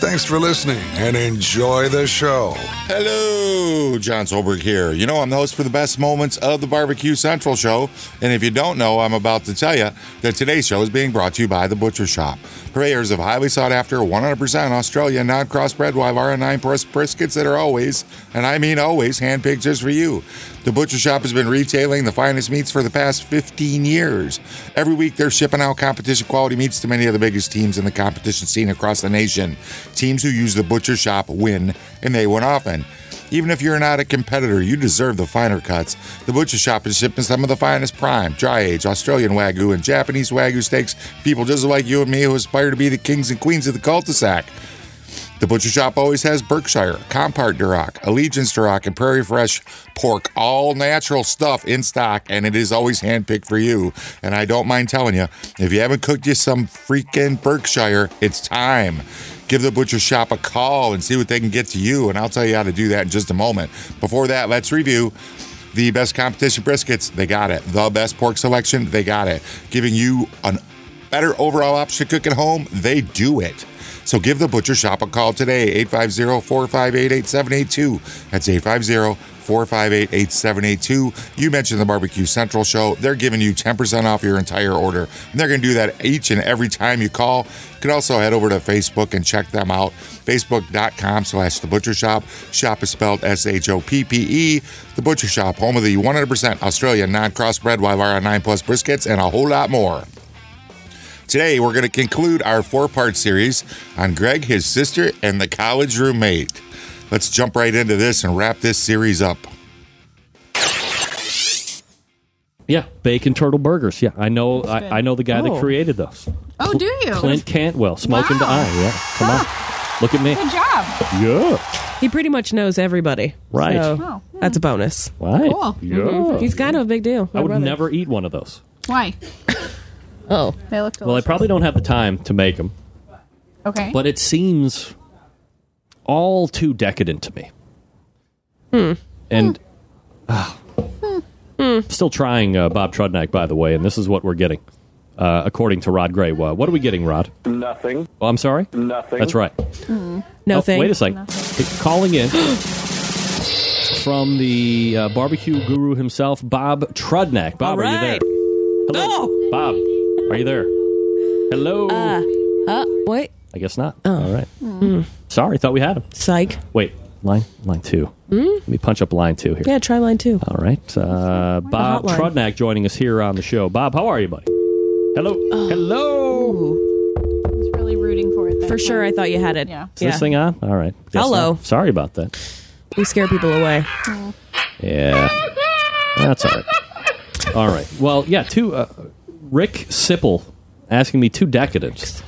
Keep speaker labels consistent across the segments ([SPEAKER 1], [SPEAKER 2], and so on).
[SPEAKER 1] Thanks for listening and enjoy the show.
[SPEAKER 2] Hello, John Solberg here. You know, I'm the host for the best moments of the Barbecue Central show. And if you don't know, I'm about to tell you that today's show is being brought to you by The Butcher Shop, purveyors of highly sought after, 100% Australian non crossbred Wyvara 9 press briskets that are always, and I mean always, hand picked just for you. The Butcher Shop has been retailing the finest meats for the past 15 years. Every week, they're shipping out competition quality meats to many of the biggest teams in the competition scene across the nation. Teams who use the Butcher Shop win, and they win often. Even if you're not a competitor, you deserve the finer cuts. The Butcher Shop is shipping some of the finest prime, dry aged Australian Wagyu and Japanese Wagyu steaks, people just like you and me who aspire to be the kings and queens of the cul de sac. The Butcher Shop always has Berkshire, Compart Duroc, Allegiance Duroc, and Prairie Fresh pork, all natural stuff in stock, and it is always handpicked for you. And I don't mind telling you, if you haven't cooked you some freaking Berkshire, it's time. Give the Butcher Shop a call and see what they can get to you, and I'll tell you how to do that in just a moment. Before that, let's review the best competition briskets. They got it. The best pork selection. They got it. Giving you an better overall option to cook at home. They do it. So give the Butcher Shop a call today, 850-458-8782. That's 850-458-8782. You mentioned the Barbecue Central show. They're giving you 10% off your entire order. And they're going to do that each and every time you call. You can also head over to Facebook and check them out. Facebook.com slash The Butcher Shop. Shop is spelled S-H-O-P-P-E. E. The Butcher Shop, home of the 100% Australian non-crossbred Wyvara 9 Plus briskets and a whole lot more. Today, we're going to conclude our four part series on Greg, his sister, and the college roommate. Let's jump right into this and wrap this series up.
[SPEAKER 3] Yeah, bacon turtle burgers. Yeah, I know. I, I know the guy
[SPEAKER 4] Oh.
[SPEAKER 3] that created those.
[SPEAKER 5] Oh, do you?
[SPEAKER 3] Clint Cantwell, smoking to
[SPEAKER 5] Wow. Ah.
[SPEAKER 3] eye. Yeah, come on, look at me.
[SPEAKER 5] Good job.
[SPEAKER 3] Yeah,
[SPEAKER 4] He pretty much knows everybody.
[SPEAKER 3] Right.
[SPEAKER 4] So
[SPEAKER 5] Oh.
[SPEAKER 4] That's a bonus.
[SPEAKER 3] right.
[SPEAKER 5] Cool. Mm-hmm.
[SPEAKER 3] Yeah,
[SPEAKER 4] He's kind of a big deal.
[SPEAKER 3] I
[SPEAKER 4] My
[SPEAKER 3] would
[SPEAKER 4] brother.
[SPEAKER 3] never eat one of those.
[SPEAKER 5] Why?
[SPEAKER 4] Oh.
[SPEAKER 5] They look delicious.
[SPEAKER 3] Well, I probably don't have the time to make them,
[SPEAKER 5] Okay.
[SPEAKER 3] but it seems all too decadent to me. Hmm. And
[SPEAKER 5] Hmm.
[SPEAKER 3] ah, still trying uh, Bob Trudnick, by the way, and this is what we're getting, uh, according to Rod Gray. Well, what are we getting, Rod?
[SPEAKER 6] Nothing.
[SPEAKER 3] Oh, I'm sorry.
[SPEAKER 6] Nothing.
[SPEAKER 3] That's right.
[SPEAKER 4] No
[SPEAKER 3] Oh,
[SPEAKER 4] thanks.
[SPEAKER 3] Wait a second. It's Calling in from the uh, barbecue guru himself, Bob Trudnick. Bob, are
[SPEAKER 4] All
[SPEAKER 3] you there?
[SPEAKER 4] right.
[SPEAKER 3] Hello.
[SPEAKER 4] Oh.
[SPEAKER 3] Bob, are you there? Hello.
[SPEAKER 4] Uh, Oh. Hmm. wait.
[SPEAKER 3] I guess not. All right. Sorry, thought we had him.
[SPEAKER 4] Psych.
[SPEAKER 3] Wait, line line two.
[SPEAKER 4] Hmm?
[SPEAKER 3] Let me punch up line two here.
[SPEAKER 4] Yeah, try line two.
[SPEAKER 3] All right. Uh, Bob
[SPEAKER 4] hotline?
[SPEAKER 3] Trudnick joining us here on the show. Bob, how are you, buddy? Hello.
[SPEAKER 4] Oh.
[SPEAKER 3] Hello.
[SPEAKER 5] was really rooting for it.
[SPEAKER 4] For sure, I thought you had it.
[SPEAKER 5] Yeah.
[SPEAKER 3] Is Uh, this thing on? All right. Guess
[SPEAKER 4] Hello.
[SPEAKER 3] not. Sorry about that.
[SPEAKER 4] We scare people away.
[SPEAKER 3] Yeah. That's all right. All right. Well, yeah, two uh, Rick Sipple asking me two decadent.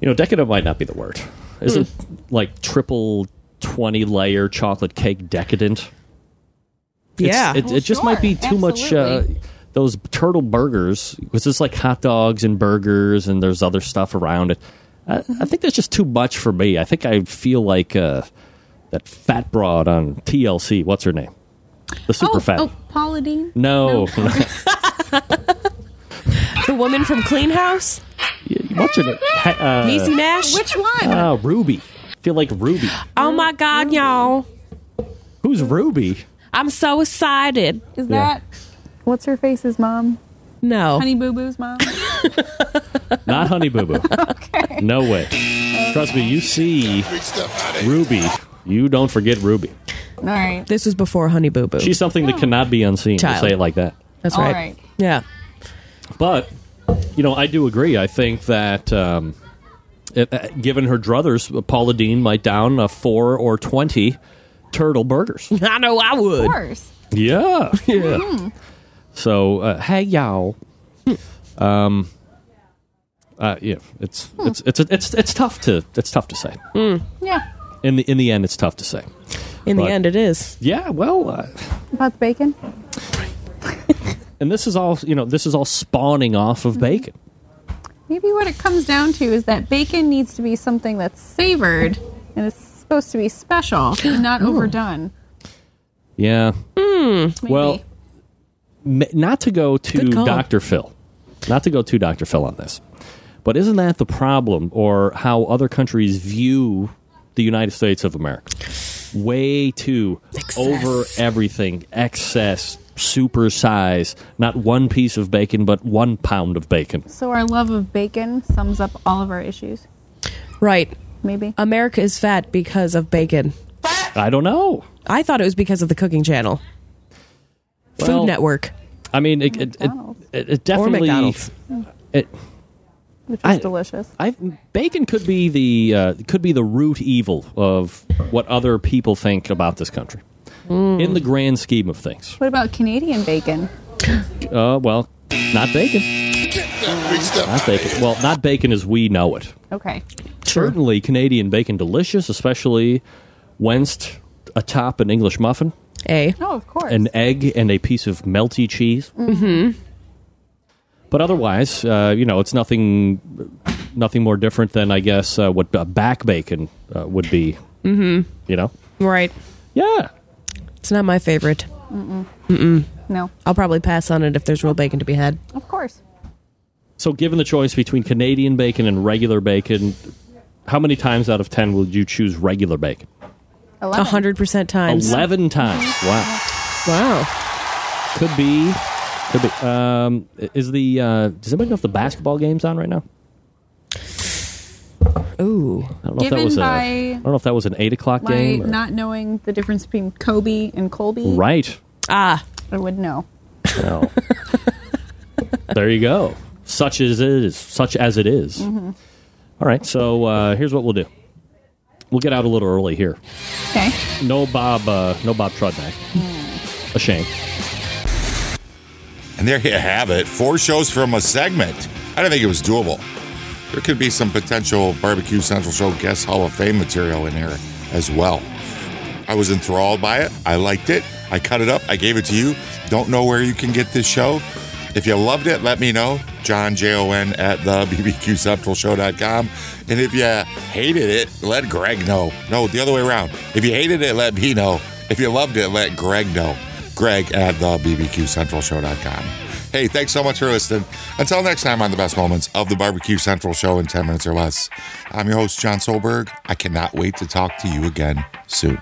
[SPEAKER 3] You know, decadent might not be the word. Isn't like triple 20 layer chocolate cake decadent? It's-
[SPEAKER 4] yeah.
[SPEAKER 3] It, it just might be too
[SPEAKER 5] Well,
[SPEAKER 3] much.
[SPEAKER 5] sure.
[SPEAKER 3] Uh, those turtle burgers, because it's like hot dogs and burgers, and there's other stuff around it. I, I think that's just too much for me. I think I feel like uh, that fat broad on TLC. What's her name? The super
[SPEAKER 5] oh,
[SPEAKER 3] fat.
[SPEAKER 5] Oh, Paula Dean.
[SPEAKER 3] No.
[SPEAKER 4] the woman from Clean House,
[SPEAKER 3] What's her name? Ha-
[SPEAKER 4] Niecy Nash.
[SPEAKER 5] Which one?
[SPEAKER 3] uh, uh, Ruby. I feel like Ruby.
[SPEAKER 4] oh my God, y'all.
[SPEAKER 3] Who's Ruby?
[SPEAKER 4] I'm so excited.
[SPEAKER 5] is
[SPEAKER 3] yeah.
[SPEAKER 5] that what's her face's mom?
[SPEAKER 4] No.
[SPEAKER 5] Honey Boo Boo's mom.
[SPEAKER 3] Not Honey Boo Boo. No way. Trust me, you see Ruby, you don't forget Ruby.
[SPEAKER 5] All right.
[SPEAKER 4] This was before Honey Boo Boo.
[SPEAKER 3] She's something that cannot be unseen. To
[SPEAKER 4] Child.
[SPEAKER 3] say it like that.
[SPEAKER 4] That's
[SPEAKER 5] All
[SPEAKER 4] right.
[SPEAKER 5] right.
[SPEAKER 4] Yeah.
[SPEAKER 3] But you know, I do agree. I think that um, it, uh, given her druthers, Paula Dean might down a four or twenty turtle burgers.
[SPEAKER 4] I know I would.
[SPEAKER 5] Of course.
[SPEAKER 3] yeah, yeah. So uh, hey y'all, um, uh, yeah, it's it's it's it's it's tough to it's tough to say.
[SPEAKER 5] Yeah.
[SPEAKER 3] In the in the end, it's tough to say.
[SPEAKER 4] In
[SPEAKER 3] But-
[SPEAKER 4] the end, it is.
[SPEAKER 3] Yeah, well, uh,
[SPEAKER 5] About the bacon.
[SPEAKER 3] Hmm. and this is all you know. This is all spawning off of bacon.
[SPEAKER 5] Maybe what it comes down to is that bacon needs to be something that's savored and it's supposed to be special and not overdone.
[SPEAKER 3] Yeah.
[SPEAKER 5] Maybe.
[SPEAKER 3] Well, m- not to go to
[SPEAKER 4] Good call.
[SPEAKER 3] Dr. Phil, not to go to Dr. Phil on this, but isn't that the problem or how other countries view the United States of America? Way too over everything, excess, super size, not one piece of bacon, but one pound of bacon.
[SPEAKER 5] so our love of bacon sums up all of our issues.
[SPEAKER 4] Right.
[SPEAKER 5] Maybe.
[SPEAKER 3] Uh,
[SPEAKER 4] America is fat because of bacon.
[SPEAKER 3] I don't know.
[SPEAKER 4] I thought it was because of the Cooking Channel,
[SPEAKER 3] Well,
[SPEAKER 4] Food Network.
[SPEAKER 3] I mean, it, it, it,
[SPEAKER 5] McDonald's.
[SPEAKER 3] it, it definitely.
[SPEAKER 4] McDonald's.
[SPEAKER 3] It,
[SPEAKER 5] which is
[SPEAKER 3] I-
[SPEAKER 5] delicious.
[SPEAKER 3] I bacon could be the uh, could be the root evil of what other people think about this country. In the grand scheme of things,
[SPEAKER 5] What about Canadian bacon?
[SPEAKER 3] uh, well, not bacon, not bacon. Well, not bacon as we know it.
[SPEAKER 5] Okay.
[SPEAKER 3] Certainly, Canadian bacon delicious, especially wenst atop an English muffin,
[SPEAKER 4] A.
[SPEAKER 5] Oh, of course.
[SPEAKER 3] an egg, and a piece of melty cheese. Mm-hmm. But otherwise, uh, you know, it's nothing nothing more different than I guess uh, what uh, back bacon uh, would be. Mm-hmm. You know.
[SPEAKER 4] Right.
[SPEAKER 3] Yeah.
[SPEAKER 4] It's not my favorite.
[SPEAKER 5] no,
[SPEAKER 4] I'll probably pass on it if there's real bacon to be had.
[SPEAKER 5] of course.
[SPEAKER 3] So, given the choice between Canadian bacon and regular bacon, how many times out of 10 would you choose regular bacon?
[SPEAKER 5] 11.
[SPEAKER 4] A hundred percent times.
[SPEAKER 3] 11 times. Wow.
[SPEAKER 4] Wow.
[SPEAKER 3] Could be. Could be. Um, is the. Uh, does anybody know if the basketball game's on right now?
[SPEAKER 4] Ooh.
[SPEAKER 3] I don't know if that
[SPEAKER 5] Given
[SPEAKER 3] was a.
[SPEAKER 5] by
[SPEAKER 3] I don't know if that was an 8 o'clock
[SPEAKER 5] My
[SPEAKER 3] game. or-
[SPEAKER 5] not knowing the difference between Kobe and Colby,
[SPEAKER 3] right.
[SPEAKER 4] Ah.
[SPEAKER 5] I would know.
[SPEAKER 3] No. there you go. Such as it is. Such as it is. All right. So, uh, here's what we'll do we'll get out a little early here.
[SPEAKER 5] Okay.
[SPEAKER 3] No Bob. Uh, no Bob Trudnick. A shame.
[SPEAKER 2] And there you have it. Four shows from a segment. I didn't think it was doable. There could be some potential Barbecue Central Show Guest Hall of Fame material in here as well. I was enthralled by it. I liked it. I cut it up. I gave it to you. Don't know where you can get this show. If you loved it, let me know. John, J O N, at the BBQCentralShow.com. And if you hated it, let Greg know. No, the other way around. If you hated it, let me know. If you loved it, let Greg know. Greg at the BBQCentralShow.com. Hey, thanks so much for listening. Until next time on the best moments of the Barbecue Central Show in 10 minutes or less, I'm your host, John Solberg. I cannot wait to talk to you again soon.